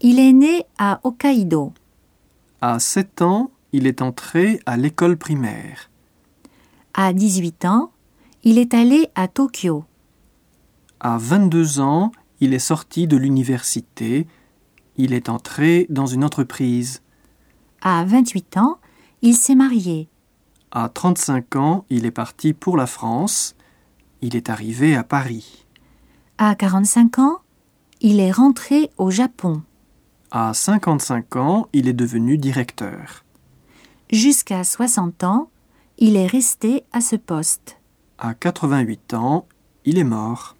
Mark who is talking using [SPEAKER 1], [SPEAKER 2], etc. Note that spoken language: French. [SPEAKER 1] Il est né à Hokkaido.
[SPEAKER 2] À 7 ans, il est entré à l'école primaire.
[SPEAKER 1] À 18 ans, il est allé à Tokyo.
[SPEAKER 2] À 22 ans, il est sorti de l'université. Il est entré dans une entreprise.
[SPEAKER 1] À 28 ans, il s'est marié.
[SPEAKER 2] À 35 ans, il est parti pour la France. Il est arrivé à Paris.
[SPEAKER 1] À 45 ans, il est rentré au Japon.
[SPEAKER 2] À 55 ans, il est devenu directeur.
[SPEAKER 1] Jusqu'à 60 ans, il est resté à ce poste.
[SPEAKER 2] À 88 ans, il est mort.